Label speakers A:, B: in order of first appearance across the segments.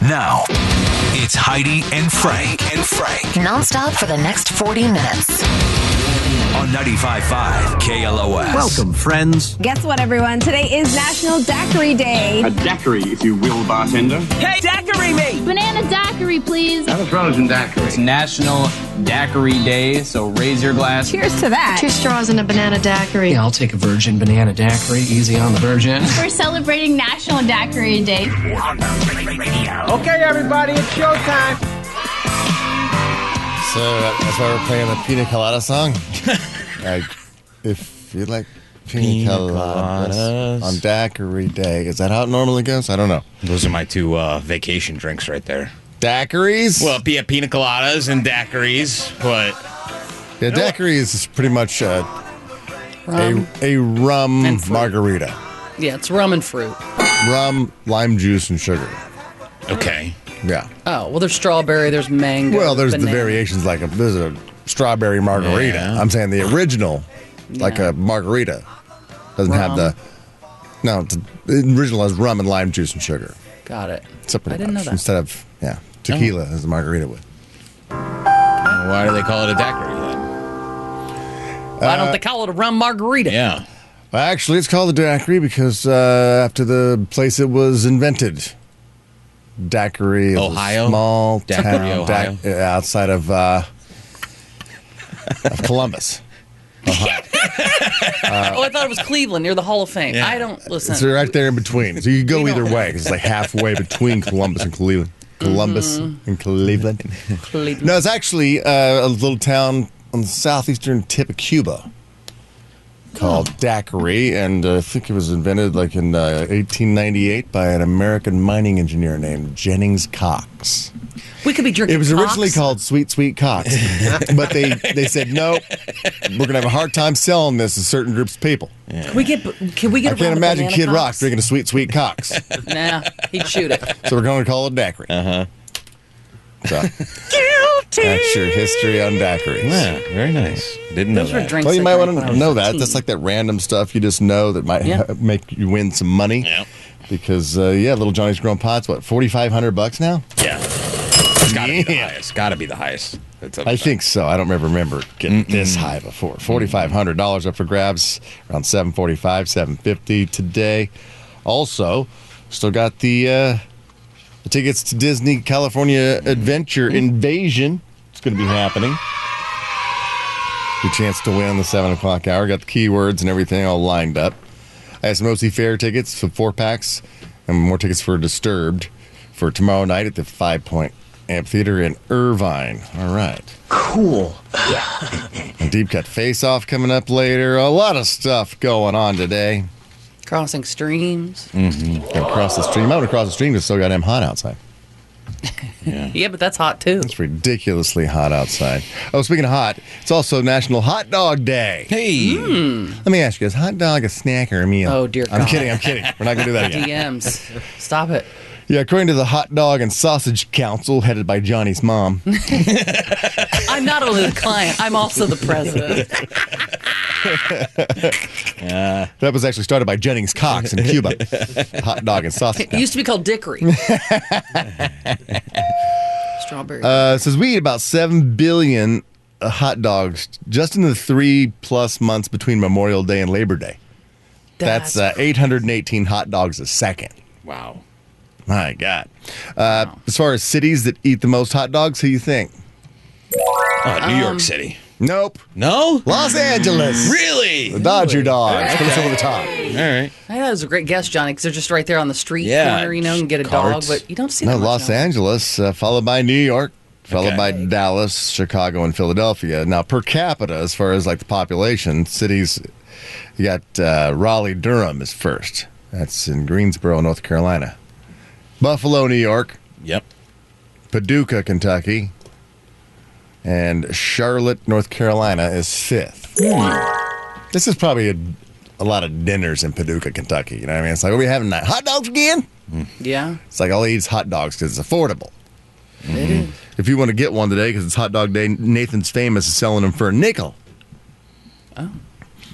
A: Now, it's Heidi and Frank and Frank
B: Nonstop for the next 40 minutes.
A: on 95.5 KLOS.
C: Welcome, friends.
D: Guess what, everyone? Today is National Daiquiri Day.
E: A daiquiri, if you will, bartender.
F: Hey, daiquiri me!
G: Banana daiquiri, please.
E: Have a frozen daiquiri.
H: It's National Daiquiri Day, so raise your glass.
D: Cheers to that.
I: Two straws and a banana daiquiri.
C: Yeah, I'll take a virgin banana daiquiri. Easy on the virgin.
G: We're celebrating National Daiquiri Day.
H: Okay, everybody, it's showtime.
J: So uh, that's why we're playing the Pina Colada song. like, if you like Pina, coladas, on Daiquiri Day, is that how it normally goes? I don't know.
K: Those are my two uh, vacation drinks right there.
J: Daiquiris?
K: Well, yeah, pina coladas and daiquiris, but
J: yeah, daiquiri is pretty much uh,
I: Rum.
K: Um,
J: a a rum
I: And fruit.
J: margarita,
I: yeah, it's rum and fruit.
J: rum, lime juice, and sugar.
K: okay.
J: Yeah.
I: Oh, well, there's strawberry, there's mango.
J: Well, there's the
I: banana.
J: variations like a, there's a strawberry margarita.
K: Yeah.
J: I'm saying the original, like a margarita, doesn't have
I: Rum.
J: the. No, it's, the original has rum and lime juice and sugar.
I: Got it.
J: So pretty
I: I didn't
J: much,
I: know that.
J: Instead of yeah, tequila as the margarita would.
K: Why do they call it a daiquiri then?
I: Why don't they call it a rum margarita?
K: Yeah.
J: Well, actually, it's called a daiquiri because uh, after the place it was invented, daiquiri, is a
K: Ohio?
J: small
K: Daiquiri,
J: town
K: Ohio?
J: dac- uh, outside of uh, of Columbus.
K: Uh-huh.
I: oh, I thought it was Cleveland near the Hall of Fame.
K: Yeah.
I: I don't listen.
J: It's right there in between, so you could go either way. 'cause It's like halfway between Columbus and Cleveland. Columbus and Cleveland.
I: Cleveland.
J: No, it's actually uh, a little town on the southeastern tip of Cuba called Daiquiri, and uh, I think it was invented like in uh, 1898 by an American mining engineer named Jennings Cox.
I: We could be drinking.
J: It was originally
I: Cox.
J: called Sweet Sweet Cox, but they they said no, we're gonna have a hard time selling this to certain groups of people.
I: We get. Can we get?
J: I
I: a
J: can't
I: round of
J: imagine
I: banana
J: Kid Rock
I: Cox?
J: drinking a Sweet Sweet Cox,
I: Nah, he'd shoot it.
J: so we're gonna call it Daiquiri. Uh huh. So, that's your history on daiquiris.
K: Yeah, very nice. Didn't know
I: Those were
K: that.
I: drinks.
J: Well, you
I: I
J: might
I: drank
J: want
I: when I
J: to
I: was
J: know that.
I: 13.
J: That's like that random stuff you just know that might
I: Yeah.
J: make you win some money.
K: Yeah.
J: Because uh, yeah, little Johnny's grown pots. What forty five hundred bucks now?
K: Yeah. It's gotta be the
J: Yeah.
K: highest. Gotta be the highest. That's up
J: I
K: there.
J: think so. I don't ever remember getting this high before. Forty five hundred dollars up for grabs around seven forty five, seven fifty today. Also, still got the uh, the tickets to Disney California Adventure Invasion. It's going to be happening. Your chance to win the seven o'clock hour. Got the keywords and everything all lined up. I have some OC Fair tickets for four packs and more tickets for Disturbed for tomorrow night at the Five Point Amphitheater in Irvine. All right. Cool. Yeah. Deep Cut Face Off coming up later. A lot of stuff going on today.
I: crossing streams.
J: Mm. Gotta cross the stream. I want to cross the stream because it's so goddamn hot outside.
I: Yeah, but that's hot too.
J: It's ridiculously hot outside. Oh, speaking of hot, it's also National Hot Dog Day. Hmm.
K: Hey.
J: Let me ask you: Is hot dog a snack or a meal?
I: Oh, dear
J: I'm
I: God.
J: kidding. I'm kidding. We're not gonna do that again.
I: DMs. Stop it.
J: Yeah, according to the Hot Dog and Sausage Council, headed by Johnny's mom,
I: I'm not only the client, I'm also the president.
J: that was actually started by Jennings Cox in Cuba. Hot Dog and Sausage.
I: It used to be called Dickory. Strawberry.
J: Uh, it says we eat about seven billion uh, hot dogs just in the three plus months between Memorial Day and Labor Day. That's uh, 818 hot dogs a second.
K: Wow.
J: My God. Uh, As far as cities that eat the most hot dogs, who you think?
K: Oh, New
J: Um,
K: York City.
J: Nope.
K: No?
J: Los Angeles.
K: Really?
J: The Dodger Dogs. Comes over the top.
K: All right.
I: I thought it was a great guess, Johnny, because they're just right there on the street
K: Yeah,
I: corner, you know, and get a
K: carts.
I: dog, but you don't see
J: No,
I: that much
J: Los
I: now.
J: Angeles, uh, followed by New York, followed
K: Okay.
J: by Dallas, Chicago, and Philadelphia. Now, per capita, as far as like the population, cities, you got uh, Raleigh, Durham is first. That's in Greensboro, North Carolina. Buffalo, New York,
K: Yep.
J: Paducah, Kentucky, and Charlotte, North Carolina is fifth. This is probably a, a lot of dinners in Paducah, Kentucky. You know what I mean? It's like, what are we having tonight? Hot dogs again?
I: Yeah.
J: It's like, all he eats hot dogs because it's affordable.
I: It is.
J: If you want to get one today because it's hot dog day, Nathan's Famous is selling them for a nickel. Oh.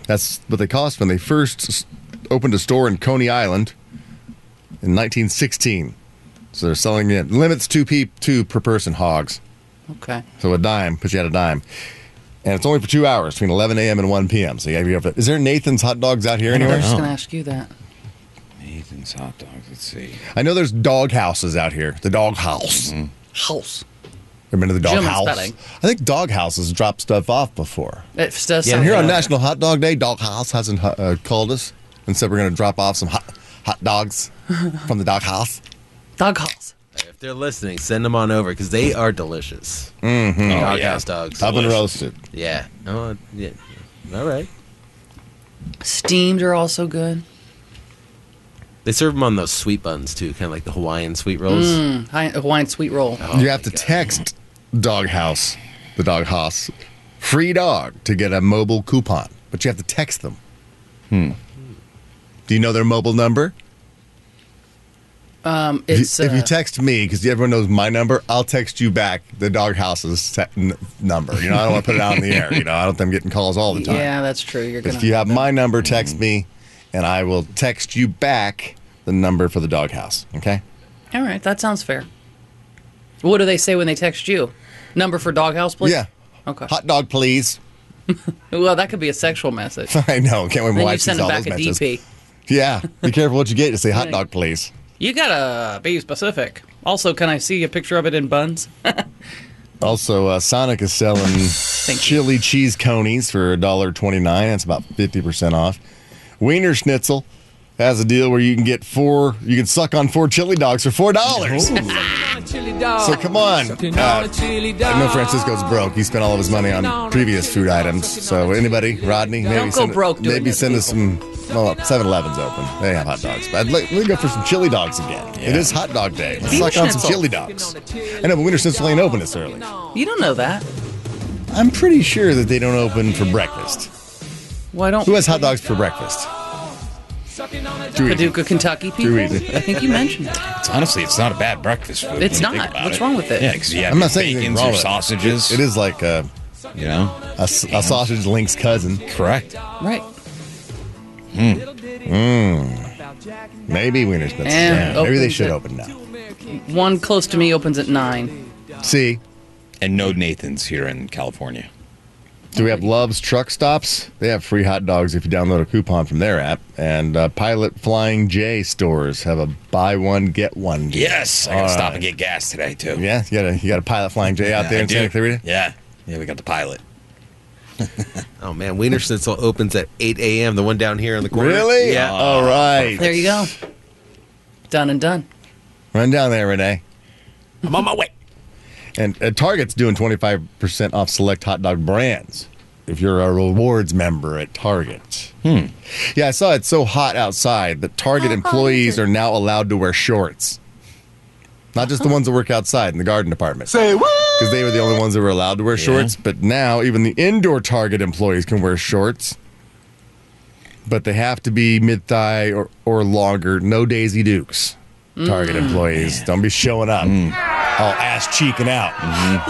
J: That's what they cost when they first s- opened a store in Coney Island in 1916. So they're selling it. Limits two peep two per person hogs.
I: Okay.
J: So a dime, but you had a dime. And it's only for two hours between 11 a.m. and 1 p.m. So you have to be up. Is there Nathan's hot dogs out here
I: I was
J: anywhere?
I: just going to ask you that.
K: Nathan's hot dogs. Let's see.
J: I know there's dog houses out here. The dog house.
I: Mm-hmm. House.
J: Ever been to the dog
I: German
J: house?
I: spelling.
J: I think dog houses drop stuff off before.
I: It does sound
J: And here on
I: familiar.
J: National Hot Dog Day, Dog House hasn't uh, called us and said we're going to drop off some hot, hot dogs from the dog house.
I: Dog house.
F: If they're listening, send them on over because they are delicious.
J: Mm,
K: Oh,
F: Doghouse
K: yeah.
F: dogs.
J: Up and roasted.
F: Yeah. Oh, yeah. All right.
I: Steamed are also good.
F: They serve them on those sweet buns too, kind of like the Hawaiian sweet rolls.
I: Mm, Hi- Hawaiian sweet roll.
F: Oh
J: you have
F: my
J: to
F: God.
J: text dog house, the dog house, free dog to get a mobile coupon, but you have to text them. Hmm. Do you know their mobile number?
I: Um,
J: If you-
I: it's
J: if you
I: uh,
J: text me, because everyone knows my number, I'll text you back the doghouse's set n- number. You know, I don't want to put it out in the air. You know, I don't think I'm getting calls all the time.
I: yeah, that's true. You're
J: But
I: gonna.
J: if you have my number, text me, and I will text you back the number for the doghouse. Okay.
I: All right, that sounds fair. What do they say when they text you? Number for doghouse, please.
J: Yeah.
I: Okay.
J: Hot dog, please.
I: Well, that could be a sexual message.
J: I know. Can't wait.
I: then
J: My
I: you
J: wife
I: send
J: sends
I: them
J: all
I: back
J: those
I: a
J: messages.
I: DP.
J: Yeah. Be careful what you get. You say hot dog, please.
I: You gotta be specific. Also, can I see a picture of it in buns?
J: Also, uh, Sonic is selling chili cheese conies for $1.29. That's about 50% off. Wiener Schnitzel has a deal where you can get four, you can suck on four chili dogs for $4.
I: Oh.
J: so come on. Uh, I know Francisco's broke. He spent all of his money on previous food items. So anybody, Rodney, maybe
I: go
J: send,
I: broke doing
J: maybe
I: this,
J: send us some. Well, 7-Eleven's open. They have hot dogs. But I'd like, we go for some chili dogs again. It is hot dog day. Let's
I: Wiener
J: suck on some
I: Schnitzel.
J: chili dogs. I know, but Winter Schnitzel ain't open this early.
I: You don't know that.
J: I'm pretty sure that they don't open for breakfast.
I: Why don't
J: Who has hot dogs for breakfast? Too easy.
I: Paducah, Kentucky people?
J: easy.
I: I think you mentioned it.
K: It's honestly, it's not a bad breakfast food.
I: It's
K: when you think
I: not.
K: about
I: What's wrong with it?
K: Yeah, because you have
J: I'm
K: your
J: not saying anything
K: bacons,
J: wrong
K: your
J: with it.
K: sausages.
J: It is like a,
K: You know,
J: a s- a sausage link's cousin.
K: correct.
I: Right.
J: Maybe Wiener Schnitzel.
I: And
J: Maybe they
I: opens
J: should
I: at-
J: open now.
I: One close to me opens at nine.
J: See,
K: And no Nathan's here in California.
J: do we have Love's Truck Stops? They have free hot dogs if you download a coupon from their app. And uh, Pilot Flying J stores have a buy one get one. deal.
K: Yes, I gotta
J: All
K: stop
J: right.
K: and get gas today too.
J: Yeah, you got a you got a Pilot Flying J out
K: Yeah,
J: there
K: I
J: in Santa
K: do.
J: Clarita.
K: Yeah, yeah, we got the pilot.
F: Oh man, Wiener Schnitzel opens at 8 a.m. The one down here on the corner.
J: Really?
F: Yeah.
J: All right.
I: There you go. Done and done.
J: Run down there, Renee.
K: I'm on my way.
J: And uh, Target's doing 25% off select hot dog brands if you're a rewards member at Target. Hmm. Yeah, I saw it's so hot outside that Target employees are now allowed to wear shorts. Not just the ones that work outside in the garden department. Say what? Because they were the only ones that were allowed to wear shorts. But now even the indoor Target employees can wear shorts. But they have to be mid thigh or, or longer. No Daisy Dukes. Target employees. Don't be showing up all ass cheeking out.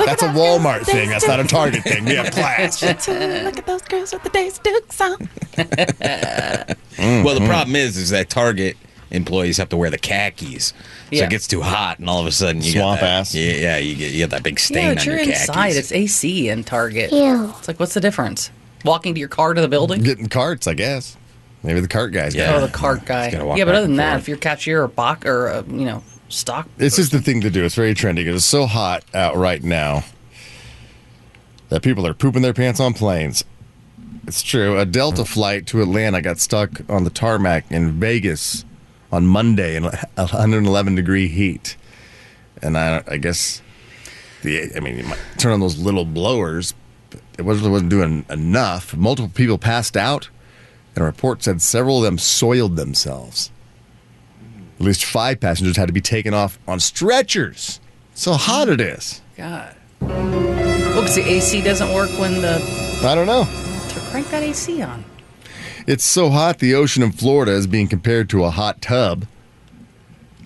J: That's a Walmart thing. That's not a Target thing. We have class.
B: Look at those girls with the days dukes on.
J: Hmm,
K: Well, the problem is, is that Target employees have to wear the khakis, so
I: Yeah.
K: it gets too hot, and all of a sudden you
J: Swamp
K: get that,
J: ass.
K: Yeah, yeah, you get you get that big stain
I: yeah,
K: on
I: but you're
K: your khakis.
I: inside. It's AC in Target. It's like, what's the difference? Walking to your car to the building?
J: Getting carts, I guess. Maybe the cart guys.
K: Yeah.
J: got
I: Oh,
J: it.
I: the cart guy.
K: gotta walk
I: Yeah, but
K: back
I: other than
K: and
I: that,
K: forth.
I: if you're cashier or box or uh, you know stock,
J: It's just the thing to do. It's very trendy. It's so hot out right now that people are pooping their pants on planes. It's true. A Delta flight to Atlanta got stuck on the tarmac in Vegas on Monday in 111 degree heat, and I, I guess the I mean you might turn on those little blowers. But it wasn't wasn't doing enough. Multiple people passed out, and a report said several of them soiled themselves. At least five passengers had to be taken off on stretchers. So hot it is.
I: God. Well, 'cause the AC doesn't work when the
J: I don't know.
I: to crank that AC on.
J: It's so hot the ocean in Florida is being compared to a hot tub.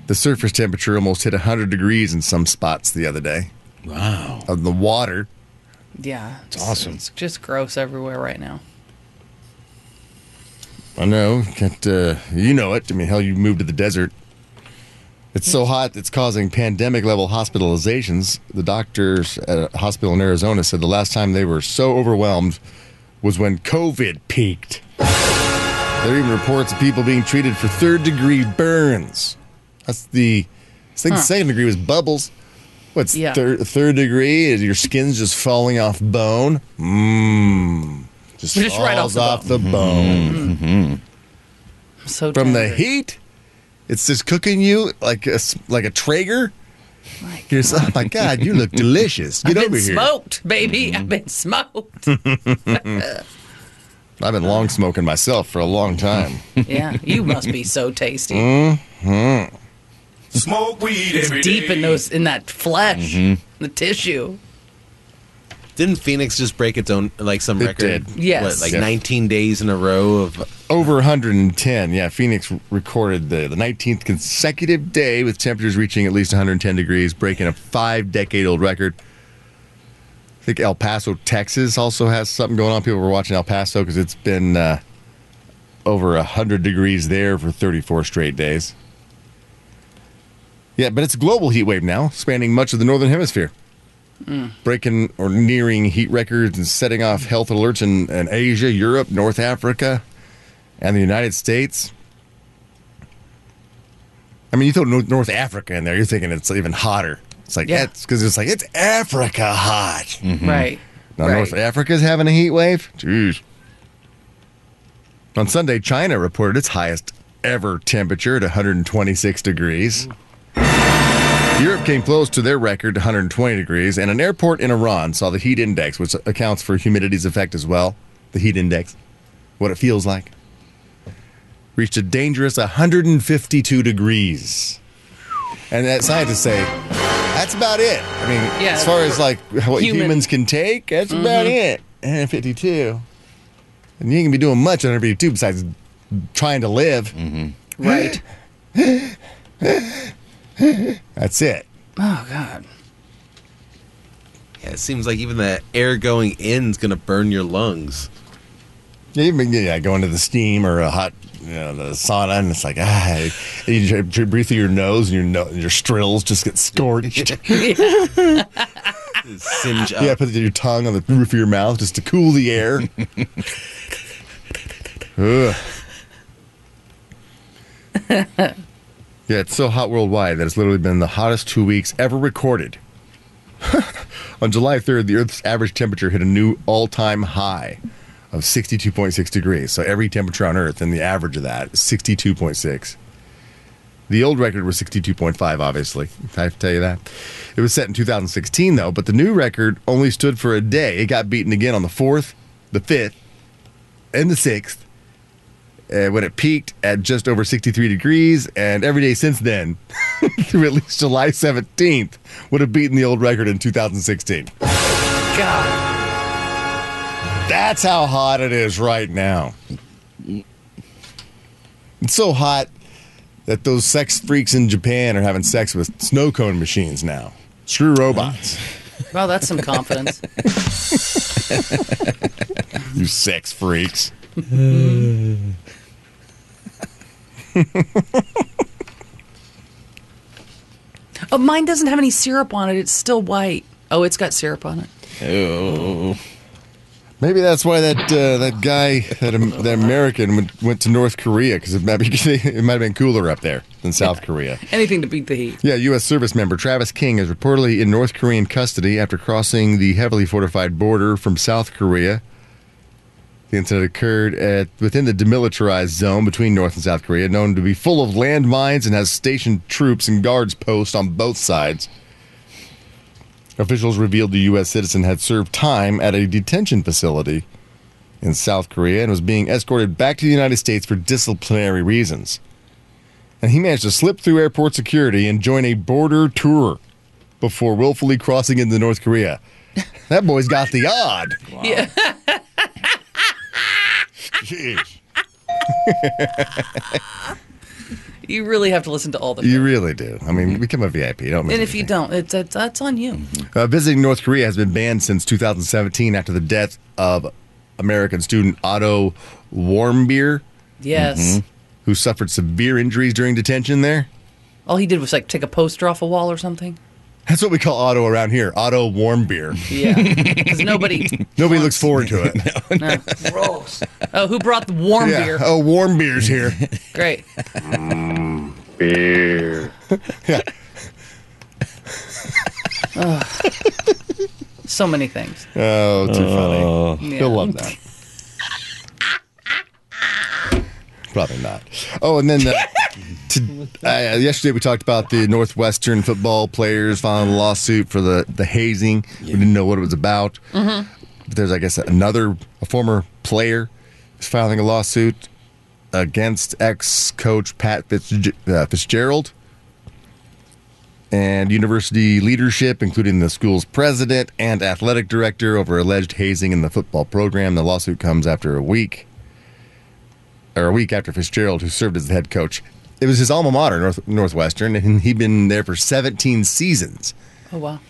J: The surface temperature almost hit 100 degrees in some spots the other day
K: wow,
J: of the water.
I: Yeah, it's
K: awesome.
I: It's just gross everywhere right now.
J: I know. Can't, uh, you know it. I mean, hell, you moved to the desert. It's so hot, it's causing pandemic level hospitalizations. The doctors at a hospital in Arizona said the last time they were so overwhelmed was when COVID peaked. There are even reports of people being treated for third degree burns. That's the, I think the second degree was bubbles. What's
I: Yeah.
J: third, third degree? Is your skin's just falling off bone? Mmm. Just,
I: Just
J: falls
I: right off the
J: off the bone.
I: I'm so
J: From the
I: tired.
J: heat, it's just cooking you like a, s- like a Traeger.
I: My
J: You're just, oh my God, you look delicious. Get
I: I've
J: over
I: been
J: here. Mm-hmm.
I: smoked, baby. I've been smoked.
J: I've been long smoking myself for a long time.
I: yeah, you must be so tasty.
J: Mm-hmm.
A: Smoke weed every
I: Deep in those, in that flesh,
J: Mm-hmm.
I: the tissue.
F: Didn't Phoenix just break its own like some
J: It
F: record?
J: did.
I: Yes.
F: like
J: Yeah.
F: 19 days in a row of
J: Over 110. Yeah, Phoenix r- recorded the, the 19th consecutive day with temperatures reaching at least 110 degrees, breaking a five decade old record. I think El Paso, Texas also has something going on. People were watching El Paso because it's been uh, over 100 degrees there for 34 straight days. Yeah, but it's a global heat wave now, spanning much of the northern hemisphere. Breaking or nearing heat records and setting off health alerts in, in Asia, Europe, North Africa and the United States. I mean, you throw Nor- North Africa in there, you're thinking it's even hotter. It's like
I: Yeah.
J: that's because it's like it's Africa hot.
I: Right.
J: Now
I: right.
J: Mm-hmm. North Africa's having a heat wave. Jeez. On Sunday, China reported its highest ever temperature at 126 degrees. Europe came close to their record 120 degrees, and an airport in Iran saw the heat index, which accounts for humidity's effect as well. The heat index, what it feels like, reached a dangerous 152 degrees. And that scientists say that's about it. I mean,
I: Yeah.
J: as far as like what
I: Human.
J: humans can take, that's about it. 152. And you ain't gonna be doing much under 52 besides trying to live.
I: Right.
J: That's it.
I: Oh God.
F: yeah, it seems like even the air going in is going to burn your lungs.
J: Yeah, you've been yeah, going to the steam or a hot, you know, the sauna, and it's like ah, and you try to breathe through your nose, and your no, your strills just get scorched.
F: Singe up.
J: yeah, put your uh, tongue on the roof of your mouth just to cool the air. Ugh. yeah, it's so hot worldwide that it's literally been the hottest two weeks ever recorded. On July 3rd, the Earth's average temperature hit a new all time high of 62.6 degrees. So every temperature on Earth, and the average of that is 62.6. The old record was 62.5, obviously. I have to tell you that. It was set in 2016, though, but the new record only stood for a day. It got beaten again on the 4th, the 5th, and the 6th uh, when it peaked at just over 63 degrees. And every day since then, through at least July 17th, would have beaten the old record in 2016.
I: God.
J: That's how hot it is right now. It's so hot that those sex freaks in Japan are having sex with snow cone machines now. Screw robots.
I: Well, that's some confidence.
J: You sex freaks.
I: oh, mine doesn't have any syrup on it. It's still white. Oh, it's got syrup on it.
K: Oh.
J: Maybe that's why that uh, that guy, that, Am- that American, went, went to North Korea because it, might be- it might have been cooler up there than South Korea.
I: Anything to beat the heat.
J: Yeah, U.S. service member Travis King is reportedly in North Korean custody after crossing the heavily fortified border from South Korea. The incident occurred at within the demilitarized zone between North and South Korea, known to be full of landmines and has stationed troops and guards posts on both sides. Officials revealed the U.S. citizen had served time at a detention facility in South Korea and was being escorted back to the United States for disciplinary reasons and he managed to slip through airport security and join a border tour before willfully crossing into North Korea. That boy's got the odd.
I: Yeah.
J: Jeez.
I: You really have to listen to all the.
J: You really do. I mean, become a VIP, don't miss
I: Mm-hmm. and if you
J: anything.
I: don't, it's, it's that's on you.
J: Uh, visiting North Korea has been banned since 2017 after the death of American student Otto Warmbier,
I: Yes.
J: Mm-hmm. who suffered severe injuries during detention there.
I: All he did was like take a poster off a wall or something.
J: That's what we call auto around here. Auto warm beer.
I: Yeah, because nobody.
J: Nobody looks forward to it.
I: no. Oh, who brought the warm
J: yeah.
I: beer?
J: Oh, warm beer's here.
I: Great.
E: Beer.
I: So many things. Uh,
J: Oh, too funny.
I: Yeah.
J: He'll love that. Probably not. Oh, and then uh, to, uh, yesterday we talked about the Northwestern football players filing a lawsuit for the, the hazing. We didn't know what it was about. But there's, I guess, another a former player is filing a lawsuit against ex coach Pat Fitzg- uh, Fitzgerald and university leadership, including the school's president and athletic director, over alleged hazing in the football program. The lawsuit comes after a week, or a week after Fitzgerald, who served as the head coach. It was his alma mater, North, Northwestern, and he'd been there for 17 seasons.
I: Oh wow.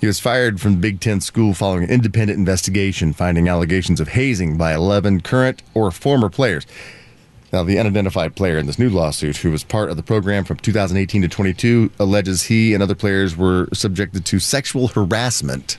J: He was fired from the Big Ten school following an independent investigation finding allegations of hazing by 11 current or former players. Now, the unidentified player in this new lawsuit, who was part of the program from 2018 to 22, alleges he and other players were subjected to sexual harassment,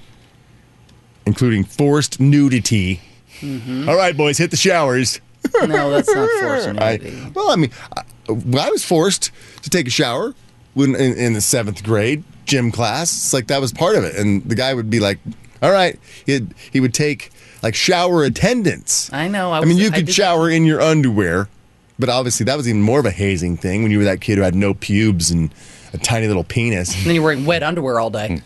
J: including forced nudity. All right, boys, hit the showers.
I: No, that's not forcing
J: I,
I: anybody.
J: well, I mean, I, when I was forced to take a shower when in, in the seventh grade gym class. It's like that was part of it, and the guy would be like, "All right," he'd, he would take like shower attendance.
I: I know, I
J: I,
I: was-
J: mean, you
I: I
J: could
I: did-
J: shower in your underwear, but obviously that was even more of a hazing thing when you were that kid who had no pubes and a tiny little penis.
I: And then you're wearing wet underwear all
J: Hmm.
I: day.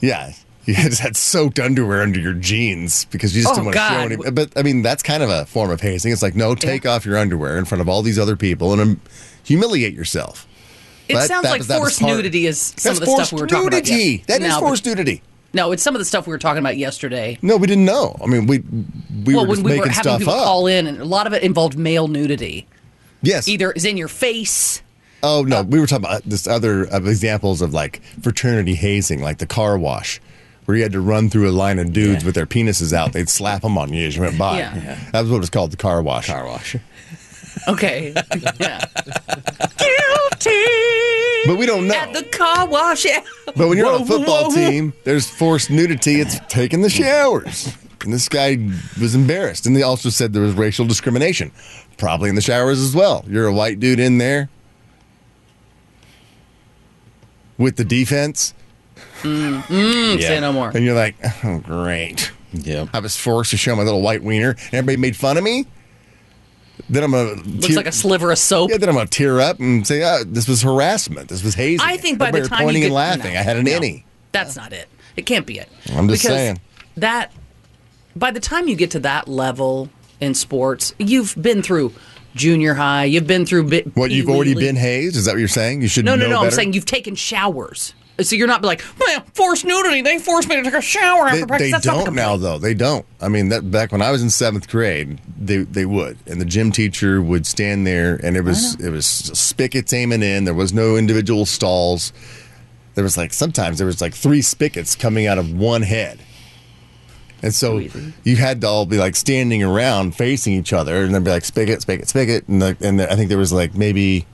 J: Yeah. You just had soaked underwear under your jeans because you just
I: Oh,
J: didn't want to
I: God.
J: show any. But I mean, that's kind of a form of hazing. It's like, no, take off your underwear in front of all these other people and um, humiliate yourself.
I: It
J: That-
I: sounds
J: that
I: like
J: was- that was
I: forced
J: part-
I: nudity is some
J: That's
I: of the stuff
J: forced
I: we were talking about.
J: nudity.
I: yes-
J: That is
I: no, but-
J: forced nudity.
I: No, it's some of the stuff we were talking about yesterday.
J: No, we didn't know. I mean, we we
I: well,
J: were
I: when
J: just
I: we were
J: making
I: having
J: stuff
I: people
J: up.
I: call in, and a lot of it involved male nudity.
J: yes.
I: Either is in your face.
J: Oh no, we were talking about this other of examples of like fraternity hazing, like the car wash, where you had to run through a line of dudes with their penises out. They'd slap them on you as you went by.
I: Yeah. Yeah.
J: That was what it was called, the car wash.
K: Car wash.
I: Okay. yeah.
J: But we don't know.
I: At the car wash. Yeah.
J: But when you're on a
I: Whoa, whoa,
J: football
I: whoa.
J: team, there's forced nudity. It's taking the showers. And this guy was embarrassed. And they also said there was racial discrimination, probably in the showers as well. You're a white dude in there with the defense,
I: Say no more.
J: and you're like, oh, great.
K: Yep.
J: I was forced to show my little white wiener, and everybody made fun of me. Then I'm gonna
I: Looks like a sliver of soap.
J: yeah. Then I'm gonna tear up and say, oh, "This was harassment. This was hazing."
I: I think by
J: Everybody
I: the
J: were
I: time
J: pointing
I: you
J: and
I: get,
J: laughing,
I: no,
J: I had an
I: no,
J: innie.
I: That's not it. It can't be it.
J: I'm just
I: Because
J: saying.
I: that by the time you get to that level in sports, you've been through junior high. You've been through bi-
J: What
I: pee
J: you've
I: wee
J: already
I: league.
J: been hazed? Is that what you're saying? You should
I: No,
J: know
I: no, no. I'm
J: better?
I: saying you've taken showers. So you're not like, well, forced nudity. They forced me to take a shower after
J: they,
I: practice.
J: they
I: That's not the
J: don't now
I: complaint.
J: though they don't i mean that back when i was in seventh grade they, they would and the gym teacher would stand there and it was it was spigots aiming in there was no individual stalls there was like sometimes there was like three spigots coming out of one head and so you had to all be like standing around facing each other and then be like spigot spigot spigot and like and i think there was like maybe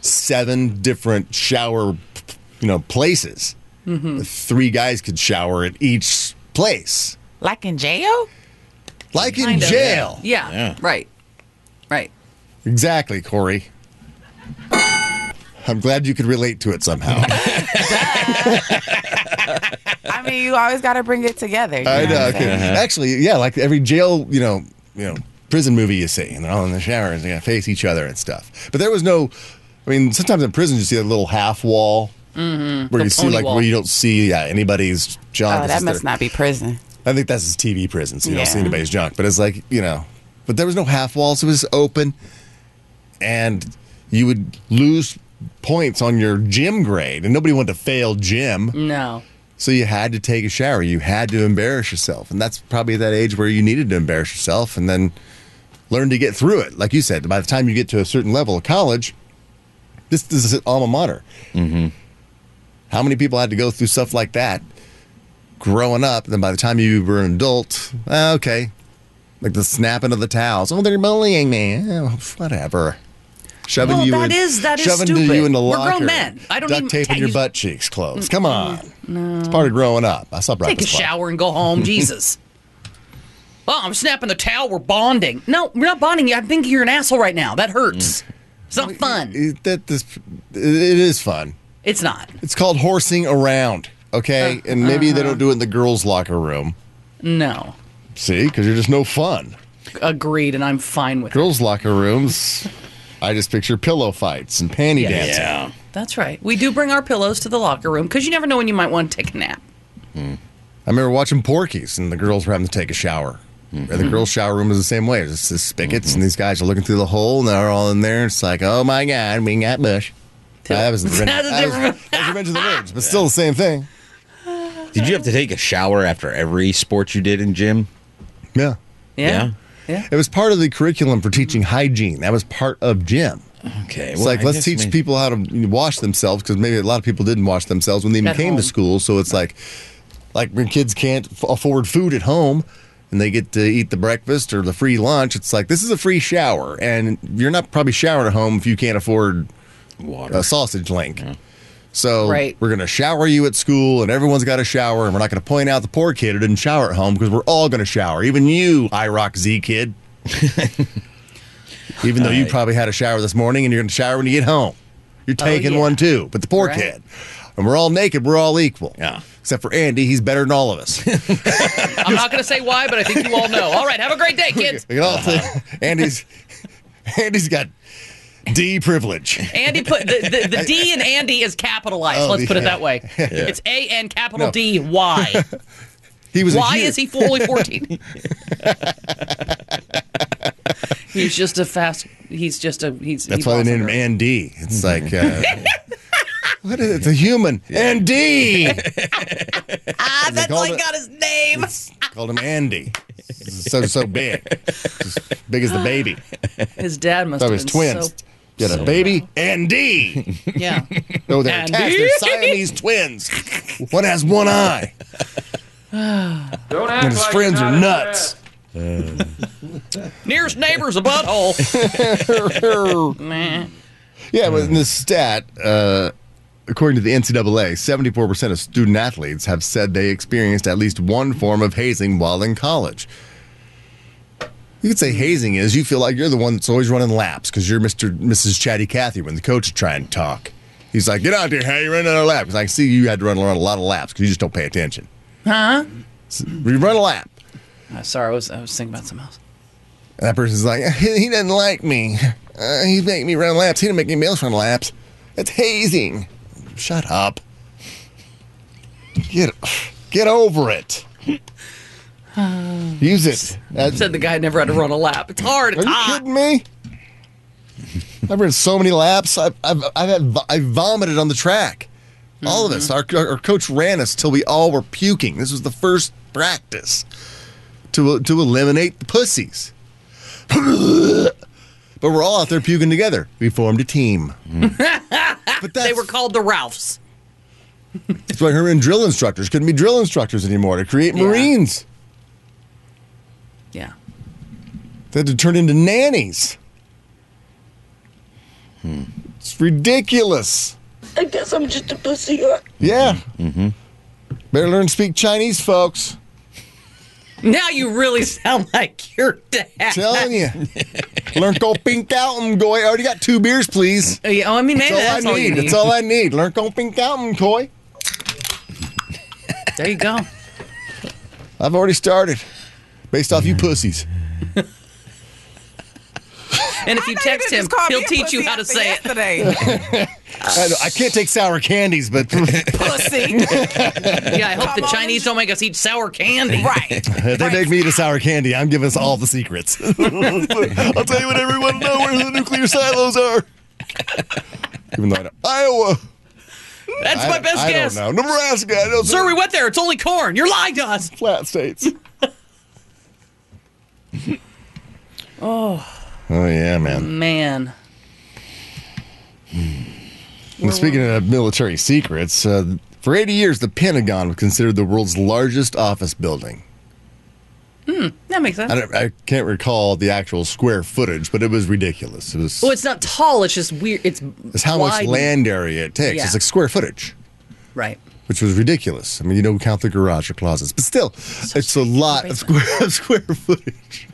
J: seven different shower you know places
I: Mm-hmm.
J: three guys could shower at each place,
B: Like in jail?
J: like in
I: Kind of.
J: jail.
I: Yeah,
K: Yeah.
I: Right. Right.
J: Exactly, Corey. I'm glad you could relate to it somehow.
B: I mean, you always got to bring it together. you
J: I
B: know
J: know.
B: what I'm
J: okay.
I: Uh-huh.
J: Actually, yeah, like every jail, you know, you know, prison movie you see, and they're all in the shower and they gotta face each other and stuff. But there was no. I mean, sometimes in prison you see a little half wall where
I: Mm-hmm. The
J: you see
I: pony
J: like
I: wall.
J: where you don't see yeah, anybody's junk.
B: saying? Oh,
J: It's
B: that
J: just
B: must
J: their-
B: not be prison.
J: I think that's his TV prison, so you don't
B: Yeah.
J: see anybody's junk. But it's like, you know, but there was no half walls. It was open. And you would lose points on your gym grade, and nobody wanted to fail gym.
I: No.
J: So you had to take a shower. You had to embarrass yourself. And that's probably that age where you needed to embarrass yourself and then learn to get through it. Like you said, by the time you get to a certain level of college, this, this is an alma mater. How many people had to go through stuff like that growing up? And then by the time you were an adult, ah, okay, like the snapping of the towels. Oh, they're bullying me. Oh, whatever. shoving
I: Well,
J: you in,
I: that is- that is
J: shoving
I: stupid.
J: you in the
I: We're
J: locker.
I: grown men. I don't
J: duct
I: even-
J: taping your
I: you-
J: butt cheeks closed. Come on, it's part of growing up. I saw
I: Take a
J: Breakfast Club.
I: shower and go home. Jesus. Oh, I'm snapping the towel. We're bonding. No, we're not bonding. I'm thinking you're an asshole right now. That hurts. It's not fun.
J: Mm. It- that this, it is fun.
I: It's not.
J: It's called horsing around. Okay,
I: Uh,
J: and maybe they
I: uh-huh.
J: don't do it in the girls' locker room.
I: No.
J: See, because you're just no fun.
I: Agreed, and I'm fine with it.
J: Girls' locker rooms. I just picture pillow fights and panty dancing.
K: Yeah.
I: That's right. We do bring our pillows to the locker room because you never know when you might want to take a nap.
J: I remember watching Porky's, and the girls were having to take a shower. And the girls' shower room is the same way. It's just spigots, and these guys are looking through the hole, and they're all in there. It's like, oh my god, we got bush. Uh, that was the revenge,
I: That's a
J: that was-
I: different-
J: that was Revenge of the Nerds, but still the same thing.
K: Did you have to take a shower after every sport you did in gym?
J: Yeah,
I: Yeah.
J: it was part of the curriculum for teaching hygiene. That was part of gym.
K: Okay.
J: It's like let's teach people how to wash themselves because maybe a lot of people didn't wash themselves when they even
I: At
J: came
I: home.
J: to school. So it's like, like when kids can't f- afford food at home, and they get to eat the breakfast or the free lunch. It's like this is a free shower, and you're not probably showering at home if you can't afford
K: water.
J: a sausage link. So
I: Right.
J: we're gonna shower you at school, and everyone's got to shower, and we're not gonna point out the poor kid who didn't shower at home because we're all gonna shower, even you, IROC Z kid. even though you probably had a shower this morning, and you're gonna shower when you get home, you're taking
I: Oh, yeah.
J: one too. But the poor
I: Right.
J: kid, and we're all naked, we're all equal.
K: Yeah.
J: Except for Andy, he's better than all of us. we
I: I'm not going to say why, but I think you all know. All right, have a great day, kids.
J: can all say Andy's Andy's got D privilege.
I: Andy put the, the, the D in Andy is capitalized.
J: Oh,
I: Let's put it
J: yeah.
I: that way. It's A N capital
J: No.
I: D Y.
J: He was a
I: Why
J: huge-
I: is he fully 14? he's just a fast. He's just a. He's.
J: That's
I: he
J: why they named
I: falls
J: him
I: under-
J: Andy. It's like, uh, what is it? It's a human. Andy!
I: Ah, that's
J: called
I: why he
J: it-
I: got his name.
J: Called him Andy. So, so big. Just big as the baby.
I: His dad must
J: So
I: have
J: his
I: been
J: twins.
I: so.
J: You had a baby, Andy.
I: Yeah.
J: No, they're
I: Andy.
J: attached. They're Siamese twins. One has one eye.
H: Don't act
J: And his friends are nuts.
I: Nearest neighbor's a butthole. Meh.
J: Yeah, but in this stat, uh, according to the NCAA, 74% of student athletes have said they experienced at least one form of hazing while in college. You could say hazing is you feel like you're the one that's always running laps because you're Mr. Mrs. Chatty Cathy when the coach is trying to talk. He's like, get out there, hey, you're running another lap. Because I can see you had to run around a lot of laps because you just don't pay attention.
I: Huh?
J: You run a lap.
I: Uh, sorry, I was I was thinking about something else.
J: And that person's like, he, he doesn't like me. Uh, he make me run laps. He didn't make me else run laps. That's hazing. Shut up. Get get over it. Use it. That's-
I: Said the guy never had to run a lap. It's hard.
J: are
I: It's
J: you
I: hot.
J: kidding me? I've run so many laps. I've I've I've, had, vo- I vomited on the track. All of us. Our,
I: Mm-hmm.
J: our coach ran us till we all were puking. This was the first practice to to eliminate the pussies. but we're all out there puking together. We formed a team. but that's,
I: Mm-hmm. They were called the Ralphs.
J: that's why her and drill instructors couldn't be drill instructors anymore to create
I: Yeah.
J: Marines.
I: Yeah.
J: They had to turn into nannies. Hmm. It's ridiculous.
L: I guess I'm just a pussy. huh?
J: Yeah. Mm-hmm. Better learn to speak Chinese, folks.
I: Now you really sound like your dad.
J: Telling you. learn to go pink out and go. I already got two beers, please.
I: Oh, yeah, oh, I mean, maybe
J: That's all
I: that's
J: I
I: all
J: need.
I: you need.
J: That's all I need. Learn to go pink out and koi.
I: There you go.
J: I've already started. Based off you
I: Mm.
J: pussies.
I: And if you text him, he'll teach you how to say it.
B: it.
J: I, know, I can't take sour candies, but if
B: Pussy.
I: Yeah, I hope
B: Come
I: the
B: on.
I: Chinese don't make us eat sour candy.
B: right.
J: they make me eat a sour candy, I'm giving us all the secrets. I'll tell you what everyone know where the nuclear silos are. Even though I know Iowa.
I: That's
J: I,
I: my best
J: I
I: guess.
J: don't know. Nebraska. I know
I: Sir, we went there. It's only corn. You're lying to us.
J: flat states. oh. Oh yeah,
I: Mm,
J: man.
I: Man.
J: And speaking of military secrets, uh, for 80 years the Pentagon was considered the world's largest office building.
I: Hmm, that makes sense.
J: I, don't, I can't recall the actual square footage, but it was ridiculous. It was
I: Well, it's not tall. It's just weird. It's,
J: it's how
I: wide
J: much
I: and-
J: land area it takes.
I: Yeah.
J: It's like square footage,
I: Right.
J: which was ridiculous. I mean, you don't count the garage or closets, but still, it's a lot of square, of square footage.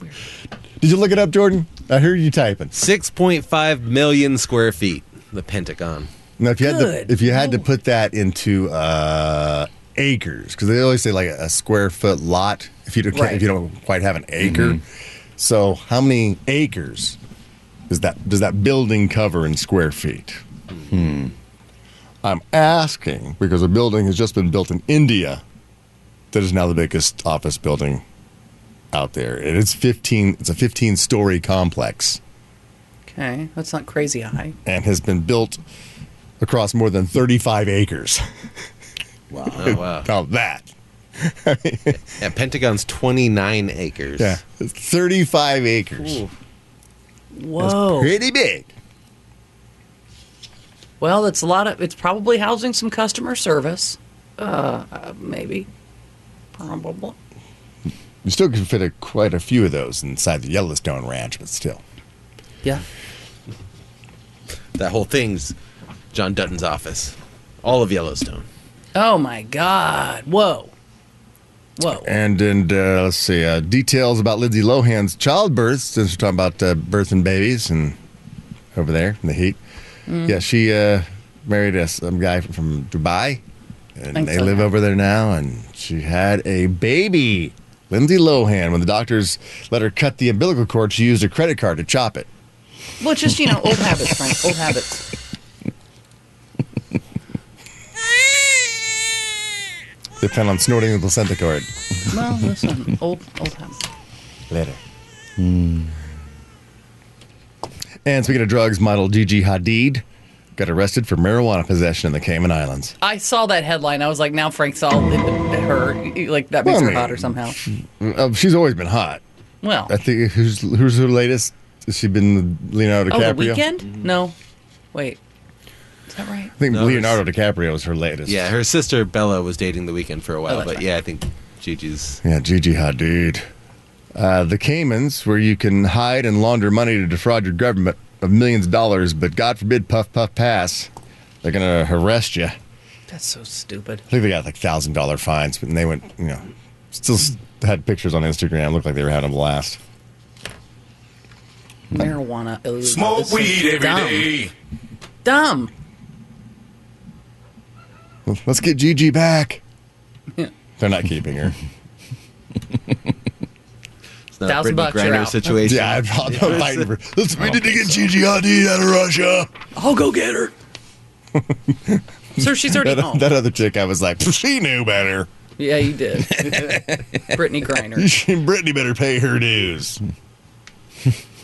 J: Did you look it up, Jordan? I hear you typing.
F: 6.5 million square feet, the Pentagon.
J: Now, if you had
F: Good
J: to, if you had to put that into uh, acres, because they always say like a square foot lot. If you don't,
F: Right.
J: if you don't quite have an acre, so how many acres does that does that building cover in square feet? Hmm. I'm asking because a building has just been built in India that is now the biggest office building out there, and it's fifteen. It's a fifteen story complex
I: Okay. That's not crazy high.
J: and has been built across more than 35 acres.
F: Wow. Oh, wow.
J: Now that.
F: yeah, Pentagon's 29 acres.
J: Yeah. 35 acres.
I: Whoa.
J: pretty big.
I: Well, it's a lot of. It's probably housing some customer service. Uh, uh maybe. Probably.
J: You still can fit a, quite a few of those inside the Yellowstone Ranch, but still.
I: Yeah.
F: That whole thing's John Dutton's office. All of Yellowstone.
I: Oh my God. Whoa. Whoa.
J: And and uh, let's see uh, details about Lindsay Lohan's childbirth. Since we're talking about uh, birthing babies and over there in the heat,
M: Mm.
J: yeah, she uh, married a some guy from Dubai, and
M: Thanks
J: they
M: for
J: live
M: that.
J: over there now. And she had a baby, Lindsay Lohan. When the doctors let her cut the umbilical cord, she used her credit card to chop it.
I: Well, it's just you know, old habits, Frank. Old habits.
J: They plan on snorting the placenta cord
I: Well, listen, old old habits.
J: later. Hmm. And speaking of drugs, model Gigi Hadid got arrested for marijuana possession in the Cayman Islands.
I: I saw that headline. I was like, now Frank's all into her. Like that makes
J: Well, I
I: her
J: mean-
I: hotter somehow.
J: Uh, she's always been hot.
I: Well,
J: I think who's who's her latest? Has she been Leonardo
I: oh,
J: DiCaprio?
I: the weekend? No, wait. Is that right?
J: I think
F: No,
J: Leonardo DiCaprio was her latest.
F: Yeah, her sister Bella was dating the weekend for a while,
I: that's
F: but yeah, I think Gigi's.
J: Yeah, Gigi Hadid. Uh, the Caymans, where you can hide and launder money to defraud your government of millions of dollars, but God forbid, puff puff pass, they're gonna arrest you.
I: That's so stupid.
J: I think they got like thousand dollar fines, and they went, you know, still s- had pictures on Instagram. Looked like they were having a blast.
I: Marijuana. illegal.
J: Smoke
I: This is
J: weed every
I: dumb.
J: day.
I: Dumb.
J: Let's get Gigi back. They're not keeping her.
F: It's
J: not a Thousand Britney bucks, you're Griner out. situation. Yeah, I'd probably- I'm fighting for- Let's- we need to get Gigi Hadid out of Russia.
I: I'll go get her. Sir, she's already
J: that,
I: home.
J: That other chick, I was like, she knew better.
I: Yeah, you did. Brittany Griner.
J: Brittany better pay her dues.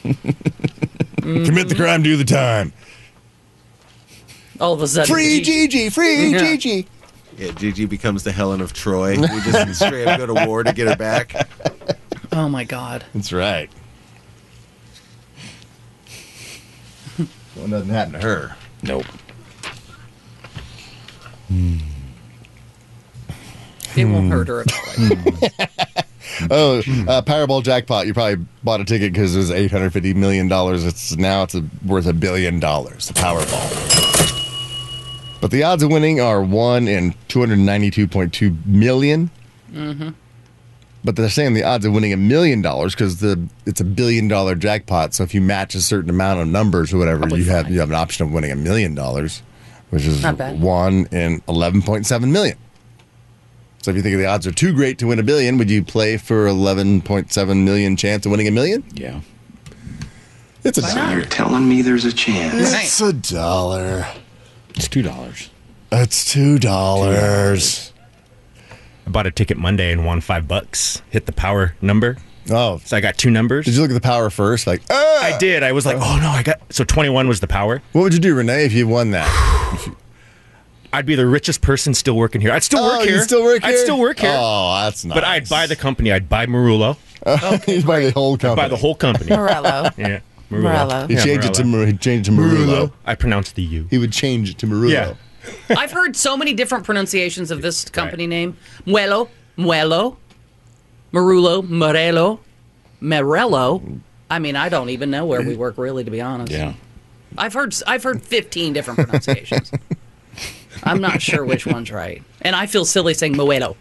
J: Commit the crime, do the time.
I: All of a sudden.
J: Free Gigi, free Gigi.
F: Yeah, Gigi becomes the Helen of Troy. We just straight up go to war to get her back.
I: Oh my God.
J: That's right. Well, nothing happened to her. Nope.
I: It won't
J: Hmm.
I: hurt her at all.
J: oh, uh, Powerball jackpot! You probably bought a ticket because it was eight hundred fifty million dollars. It's now it's a, worth a billion dollars. The Powerball. But the odds of winning are one in two hundred ninety-two point two million.
M: Mm-hmm.
J: But they're saying the odds of winning a million dollars because the it's a billion dollar jackpot. So if you match a certain amount of numbers or whatever, you have you have an option of winning a million dollars, which is
I: Not bad.
J: one in eleven point seven million. So if you think the odds are too great to win a billion, would you play for eleven point seven million chance of winning a million? Yeah, it's a dollar. You're
E: telling me there's a chance.
J: It's a dollar.
N: It's two dollars.
J: It's two dollars.
N: I bought a ticket Monday and won five bucks. Hit the power number.
J: Oh,
N: so I got two numbers. Did
J: you look at the power first? Like, ah!
N: I did. I was like, oh no, I got so twenty one was the power.
J: What would you do, Renee, if you won that?
N: I'd be the richest person still working here. I'd still
J: Oh,
N: work
J: you'd
N: here.
J: still work
N: I'd
J: here?
N: still work here.
J: Oh, that's
N: But I'd buy the company. I'd buy Marullo.
J: You'd buy the whole company.
N: buy the whole company.
B: Morello.
N: yeah,
B: Morello.
N: Marullo.
J: He
N: Yeah,
J: changed it to
N: Marullo.
J: Mar- he changed it to Marullo.
N: I pronounced the U.
J: He would change it to Marullo.
N: Yeah.
I: I've heard so many different pronunciations of this company name. Muelo, Muelo, Marullo, Morello, Morello. I mean, I don't even know where we work really, to be honest.
K: Yeah.
I: I've heard I've heard 15 different pronunciations. I'm not sure which one's right. And I feel silly saying Moedo.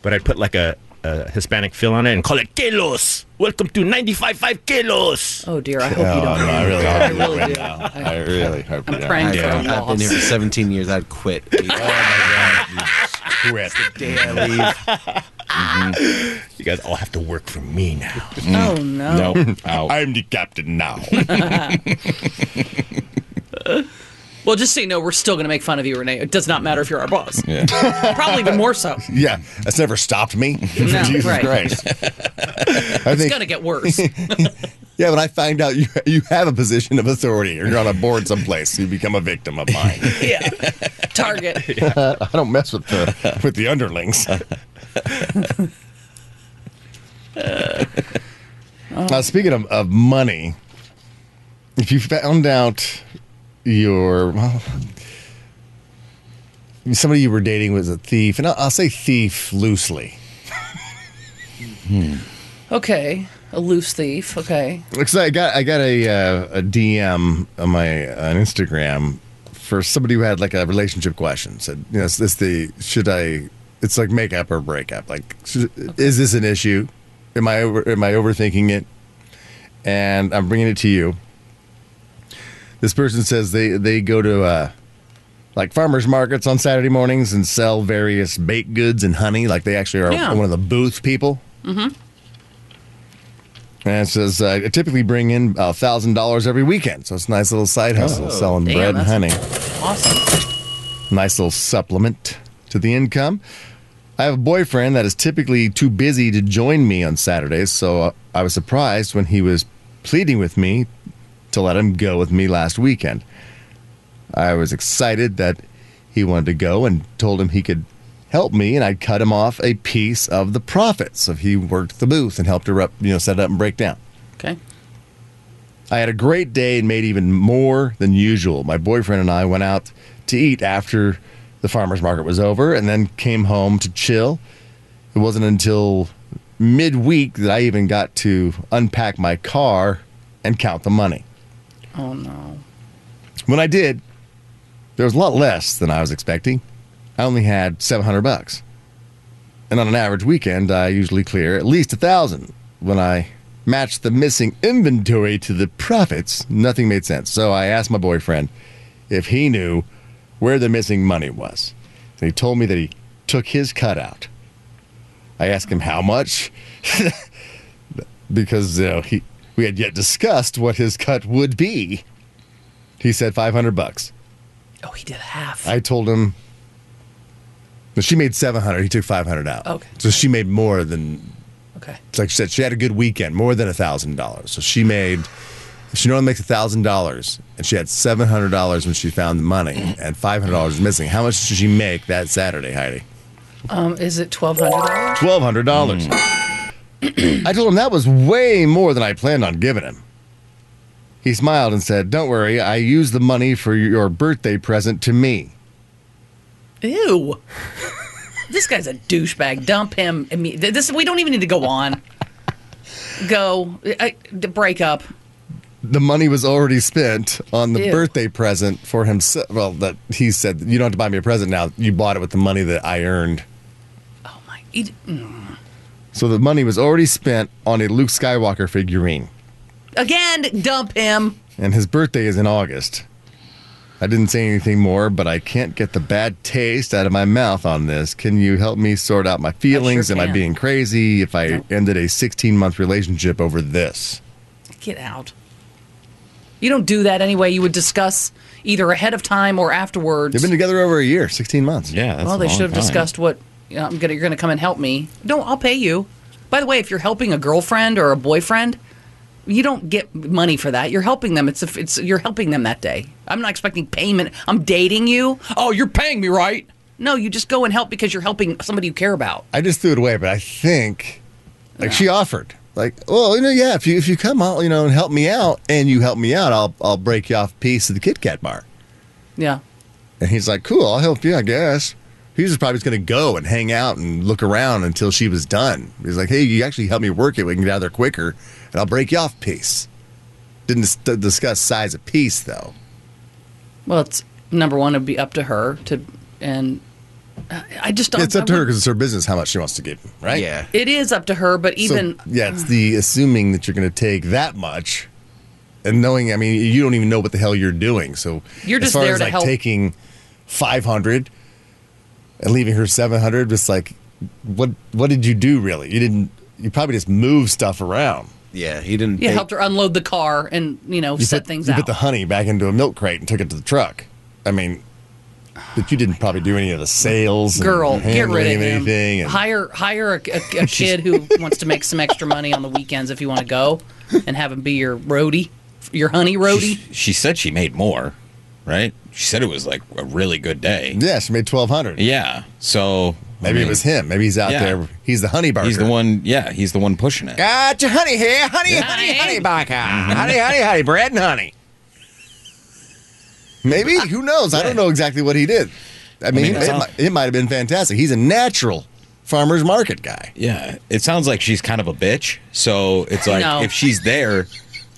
N: But I'd put like a, a Hispanic feel on it and call it Kelos. Welcome to 95.5 Kelos.
I: Oh dear, I hope you don't.
J: no, I really
I: I
J: hope you
I: really
J: don't.
I: do.
J: I really hope you don't.
I: praying for a
F: I've been here for 17 years. I'd quit. oh my god, you quit. The day I leave.
N: You guys all have to work for me now.
I: Oh no.
J: I'm the captain now.
I: Well, just so you know, we're still going to make fun of you, Renee. It does not matter if you're our boss. Probably even more so.
J: yeah, that's never stopped me.
I: No,
J: Jesus
I: right.
J: Christ. I
I: It's
J: think,
I: going to get worse.
J: yeah, when I find out you you have a position of authority or you're on a board someplace, you become a victim of mine.
I: yeah. Target.
J: I don't mess with the with the underlings. Now, speaking of, of money, if you found out your well, somebody you were dating was a thief, and I'll, I'll say thief loosely,
I: Okay. A loose thief. Okay.
J: because I got I got a uh, a DM on my on Instagram for somebody who had like a relationship question. Said, you know, is this the should I? It's like make up or break up. Like, should, is this an issue? Am I over, am I overthinking it? And I'm bringing it to you. This person says they they go to uh, like farmers markets on Saturday mornings and sell various baked goods and honey. Like they actually are
I: Yeah.
J: one of the booth people. And it says, uh, I typically bring in $1,000 every weekend. So it's a nice little side hustle selling
I: Oh.
J: bread
I: damn,
J: and
I: that's-
J: honey.
I: Awesome.
J: Nice little supplement to the income. I have a boyfriend that is typically too busy to join me on Saturdays. So uh, I was surprised when he was pleading with me to let him go with me last weekend. I was excited that he wanted to go and told him he could help me and I'd cut him off a piece of the profits if he worked the booth and helped her up, you know, set it up and break down.
I: Okay.
J: I had a great day and made even more than usual. My boyfriend and I went out to eat after the farmer's market was over and then came home to chill. It wasn't until midweek that I even got to unpack my car and count the money.
I: Oh no.
J: When I did, there was a lot less than I was expecting. I only had 700 bucks. And on an average weekend, I usually clear at least a 1000. When I matched the missing inventory to the profits, nothing made sense. So I asked my boyfriend if he knew where the missing money was. And he told me that he took his cut out. I asked him how much because you know, he we had yet discussed what his cut would be. He said 500 bucks.
I: Oh, he did half.
J: I told him. No, she made seven hundred. He took five hundred out.
I: Okay.
J: So she made more than.
I: okay.
J: it's Like she said, she had a good weekend, more than thousand dollars. So she made. She normally makes thousand dollars, and she had seven hundred dollars when she found the money, and five hundred dollars was missing. How much did she make that Saturday, Heidi?
I: Um, is it twelve hundred dollars?
J: Twelve hundred dollars. I told him that was way more than I planned on giving him. He smiled and said, "Don't worry, I used the money for your birthday present to me."
I: Ew. this guy's a douchebag. Dump him. imme- th- This we don't even need to go on. Go. I, to break up.
J: the money was already spent on the
I: Ew.
J: birthday present for himself. Well, that he said, "You don't have to buy me a present now. You bought it with the money that I earned."
I: Oh my. he d- mm.
J: So the money was already spent on a Luke Skywalker figurine,
I: Again, dump him.
J: and his birthday is in August. I didn't say anything more, but I can't get the bad taste out of my mouth on this. Can you help me sort out my feelings? Am I
I: can.
J: being crazy if I ended a 16 month relationship over this?
I: Get out. You don't do that anyway. You would discuss either ahead of time or afterwards.
J: They've been together over a year, 16 months.
K: Yeah. That's
I: well,
K: a
I: they
K: long
I: should have
K: time.
I: discussed what you know, I'm gonna. You're gonna come and help me. No, I'll pay you. By the way, if you're helping a girlfriend or a boyfriend, you don't get money for that. You're helping them. It's a, it's you're helping them that day. I'm not expecting payment. I'm dating you. Oh, you're paying me, right? No, you just go and help because you're helping somebody you care about.
J: I just threw it away, but I think like she offered. Like, well, you know, yeah, if you if you come out, you know, and help me out and you help me out, I'll I'll break you off a piece of the Kit Kat bar.
I: Yeah.
J: And he's like, Cool, I'll help you, I guess. He was probably just going to go and hang out and look around until she was done. He's like, hey, you actually help me work it. We can get out of there quicker, and I'll break you off a piece. Didn't dis- discuss size of piece, though.
I: Well, it's number one. It'd be up to her to, and I I just don't.
J: it's up
I: I
J: to her
I: would-
J: because it's her business how much she wants to give him, right? Yeah.
I: It is up to her, but even
J: yeah, it's the assuming that you're going to take that much, and knowing. I mean, you don't even know what the hell you're doing. So
I: You're
J: as
I: just
J: far
I: there
J: as
I: to
J: like
I: help.
J: taking five hundred and leaving her seven hundred. Just like, what what did you do really? You didn't. You probably just moved stuff around.
F: Yeah, he didn't.
I: you helped her unload the car and you know set
J: put,
I: things
J: you
I: out.
J: put the honey back into a milk crate and took it to the truck. I mean, but you didn't probably do any of the sales.
I: Girl,
J: and
I: get
J: handling
I: rid of him.
J: anything. and-
I: hire hire a, a- a kid who wants to make some extra money on the weekends if you want to go, and have him be your roadie, your honey roadie.
K: She said she made more, right? She said it was like a really good day.
J: Yeah, she made twelve hundred.
K: Yeah, so
J: Maybe it was him. Maybe he's out there. He's the honey barker.
K: He's the one. Yeah, he's the one pushing it.
F: Got your honey here, honey, honey, honey, barker, honey, honey, honey, bread and honey. Uh,
J: Maybe who knows? I don't know exactly what he did. I mean,
K: mean,
J: it,
K: it's all-
J: might, it might have been fantastic. He's a natural farmer's market guy.
K: Yeah, it sounds like she's kind of a bitch. So it's like
I: No.
K: if she's there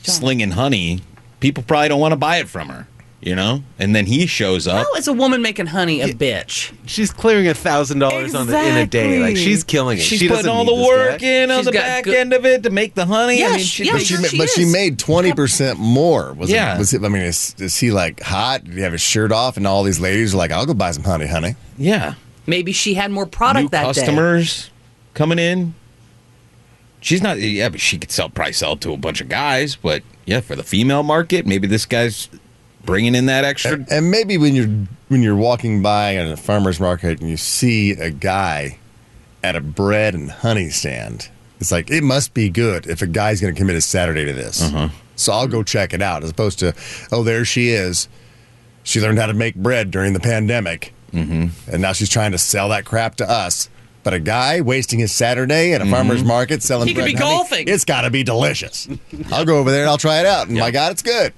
K: slinging honey, people probably don't want to buy it from her, you know. And then he shows up.
I: How is a woman making honey a bitch?
F: She's clearing a thousand dollars on the, in a day. Like she's killing it.
K: She's
F: she
K: putting
F: doesn't
K: all
F: need
K: the
F: this
K: work
F: guy.
K: in on
I: She's
K: the
I: got
K: back
I: good-
K: end of it to make the honey.
I: Yeah,
K: I mean, she,
I: she- yeah,
J: But she, ma- but she made twenty percent more. Was
K: Yeah.
J: It, was it, I mean, is, is he like hot? Did he have his shirt off? And all these ladies are like, "I'll go buy some honey, honey."
K: yeah.
I: Maybe she had more product
K: New
I: that day.
K: customers coming in. She's not. Yeah, but she could sell probably sell to a bunch of guys. But yeah, for the female market, maybe this guy's bringing in that extra.
J: And maybe when you're when you're walking by at a farmer's market and you see a guy at a bread and honey stand, it's like it must be good if a guy's going to commit his Saturday to this. So I'll go check it out, as opposed to oh, there she is. She learned how to make bread during the pandemic, mm-hmm. and now she's trying to sell that crap to us. But a guy wasting his Saturday at a farmer's market selling
I: He could
J: bread
I: be
J: and honey,
I: golfing.
J: it's got to be delicious. I'll go over there and I'll try it out. And my God, it's good.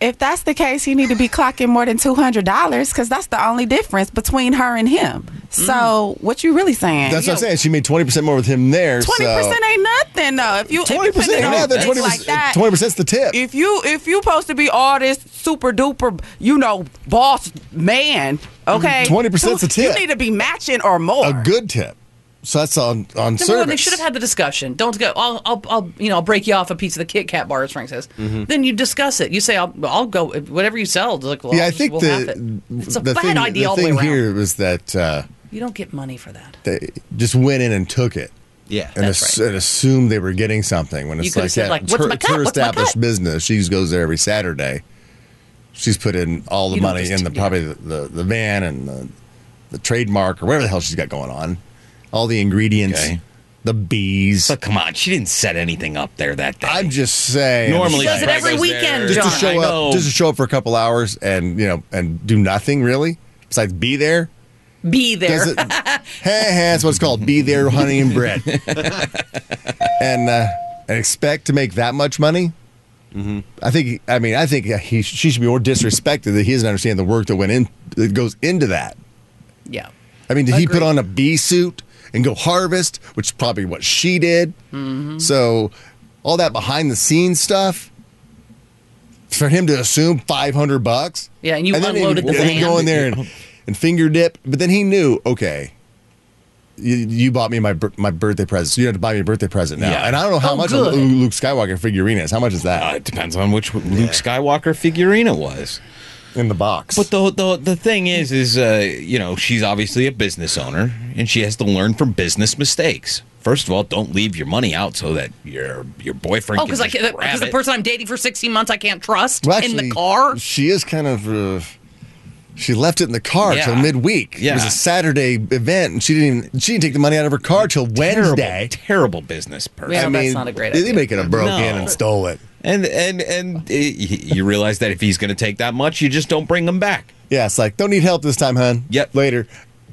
B: If that's the case, you need to be clocking more than two hundred dollars because that's the only difference between her and him. So what you really saying?
J: That's what I'm saying. She made twenty percent more with him there.
B: Twenty percent ain't nothing though. If you
J: Twenty percent.
B: yeah,
J: Yeah, that twenty
B: like that.
J: percent. Twenty percent's the tip.
B: if you if you supposed to be all this super duper, you know, boss man, okay,
J: 20% 's a
B: You-
J: tip.
B: You need to be matching or more.
J: A good tip. So that's on on
I: Number one, they
J: service.
I: should have had the discussion. Don't go. I'll, I'll, I'll, you know, I'll break you off a piece of the Kit Kat bar, as Frank says.
K: Mm-hmm.
I: Then you discuss it. You say, I'll, I'll go whatever you sell. Like, well,
J: yeah, I
I: I'll-
J: think
I: we'll have
J: the
I: it. it's a
J: the
I: bad
J: thing,
I: idea
J: the
I: all the way
J: thing
I: around.
J: here was that uh,
I: You don't get money for that.
J: they just went in and took it.
F: Yeah,
J: and,
I: That's
J: ass-
I: right.
J: and assumed they were getting something when
I: You
J: it's
I: could've
J: like,
I: said,
J: yeah,
I: like,
J: it's
I: "What's
J: her,
I: my
J: it's her
I: cut? What's my
J: established
I: cut?"
J: business. She just goes there every Saturday. She's put in all the
I: You don't
J: money
I: just-
J: in the
I: yeah.
J: probably the, the, the van and the, the trademark or whatever the hell she's got going on, all the ingredients,
K: Okay.
J: the bees.
K: But come on, she didn't set anything up there that day.
J: I'm just saying.
K: Normally,
I: She does it
K: Frank
I: every
K: goes
I: weekend,
K: there.
J: just to
I: John,
J: show
K: I
J: up,
K: know.
J: just to show up for a couple hours and you know and do nothing really besides be there.
I: Be there.
J: Does it- hey, hey, that's what it's called. Be there, honey and bread, and uh, and expect to make that much money. I think. I mean, I think he she should be more disrespected that he doesn't understand the work that went in that goes into that.
I: yeah.
J: I mean, did he put
I: Agreed.
J: on a bee suit and go harvest, which is probably what she did?
I: Mm-hmm.
J: So, all that behind the scenes stuff for him to assume 500 bucks.
I: Yeah, and you unloaded
J: then, and
I: the
J: then
I: van.
J: go in there and, and finger dip. But then he knew, okay. You, you bought me my bir- my birthday present. So you have to buy me a birthday present now.
K: Yeah.
J: And I don't know how
I: Oh,
J: much
I: good.
J: a Lu- Luke Skywalker figurine is. How much is
K: Uh,
J: that
K: it depends on which Luke Skywalker figurine it was.
J: in the box?
K: But the the the thing is, is uh, you know, she's obviously a business owner, and she has to learn from business mistakes. First of all, don't leave your money out so that your your boyfriend.
I: Oh,
K: can
I: because I
K: just
I: can't-
K: grab
I: because the
K: it.
I: person I'm dating for 16 months I can't trust
J: Well,
I: in
J: actually,
I: the car.
J: She is kind of. Uh, she left it in the car
K: Yeah.
J: till midweek. It was
K: Yeah.
J: a Saturday event, and she didn't. Even, she didn't take the money out of her car till
K: terrible,
J: Wednesday.
K: terrible business person.
I: Yeah, that's not a great
J: they,
I: idea.
J: may could have broke in
K: No.
J: and stole it.
K: And and and uh, y- you realize that if he's going to take that much, you just don't bring him back.
J: Yeah, it's like don't need help this time, hun.
K: Yep.
J: Later.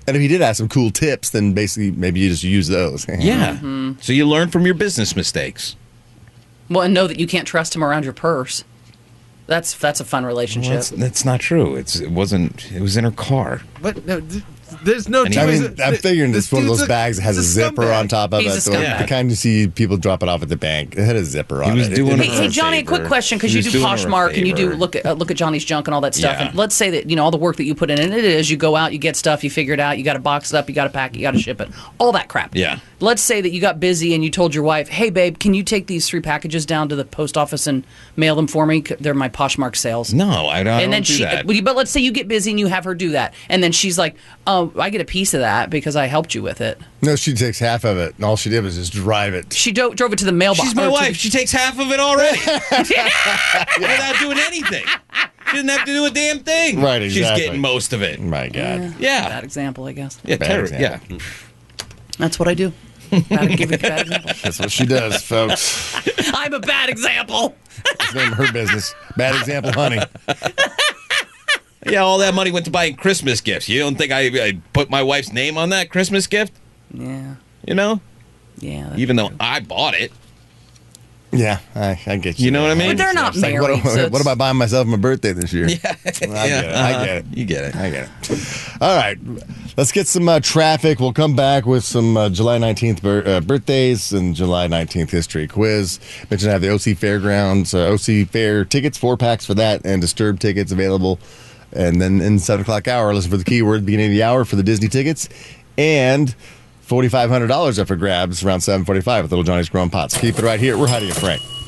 J: And if he did have some cool tips, then basically maybe you just use those.
K: Yeah.
B: Mm.
K: So you learn from your business mistakes.
I: Well, and know that you can't trust him around your purse. That's that's a fun
K: Well,
I: relationship.
K: that's, that's not true. It's it wasn't. It was in her car.
F: But no, th- There's no.
J: I mean, I'm figuring it's one of those bags that has a zipper on top of
I: He's
J: it.
I: a
J: The, the
I: scumbag.
J: kind you see people drop it off at the bank. It had a zipper on
K: was
J: it.
K: doing
J: it.
I: Hey, hey, Johnny, a quick question because you do Poshmark and you do look at uh, look at Johnny's junk and all that stuff.
K: Yeah.
I: And let's say that you know all the work that you put in, and it is you go out, you get stuff, you figure it out, you got to box it up, you got to pack, it, you got to ship it, all that crap.
K: Yeah.
I: Let's say that you got busy and you told your wife, "Hey, babe, can you take these three packages down to the post office and mail them for me? C- They're my Poshmark sales."
K: No, I don't. I
I: and then
K: don't do
I: she,
K: that.
I: well, you- but let's say you get busy and you have her do that, and then she's like, "Oh, I get a piece of that because I helped you with it."
J: No, she takes half of it, and all she did was just drive it.
I: She do- drove it to the mailbox.
K: She's my
I: or to
K: wife.
I: the-
K: She takes half of it already without doing anything. She doesn't have to do a damn thing.
J: Right, exactly.
K: She's getting most of it.
J: My God.
K: Yeah.
I: Bad example, I guess.
K: Yeah,
J: Bad
K: terror, yeah.
J: example.
I: That's what I do. Bad, give a bad example.
J: That's what she does, folks.
I: I'm a bad example.
J: It's name of her business. Bad example, honey.
K: Yeah, all that money went to buying Christmas gifts. You don't think I, I put my wife's name on that Christmas gift?
I: Yeah.
K: You know?
I: Yeah.
K: Even though I bought it.
J: Yeah, I, I get you. You
K: know what I mean? But they're not
J: It's like,
K: married,
J: What, am-
K: so
J: what am I buying myself my birthday this year? Yeah, I get
K: Yeah,
J: it. I
K: uh-huh.
J: get it.
K: You get it.
J: I get it. All right, let's get some uh, traffic. We'll come back with some uh, July 19th bir- uh, birthdays and July 19th history quiz. Mentioned I have the OC Fairgrounds, uh, OC Fair tickets, four packs for that, and Disturbed tickets available. And then in the seven o'clock hour, listen for the keyword at the beginning of the hour for the Disney tickets, and forty five hundred dollars up for grabs around seven forty five with Little Johnny's Grown Pots. Keep it right here. We're Heidi and Frank.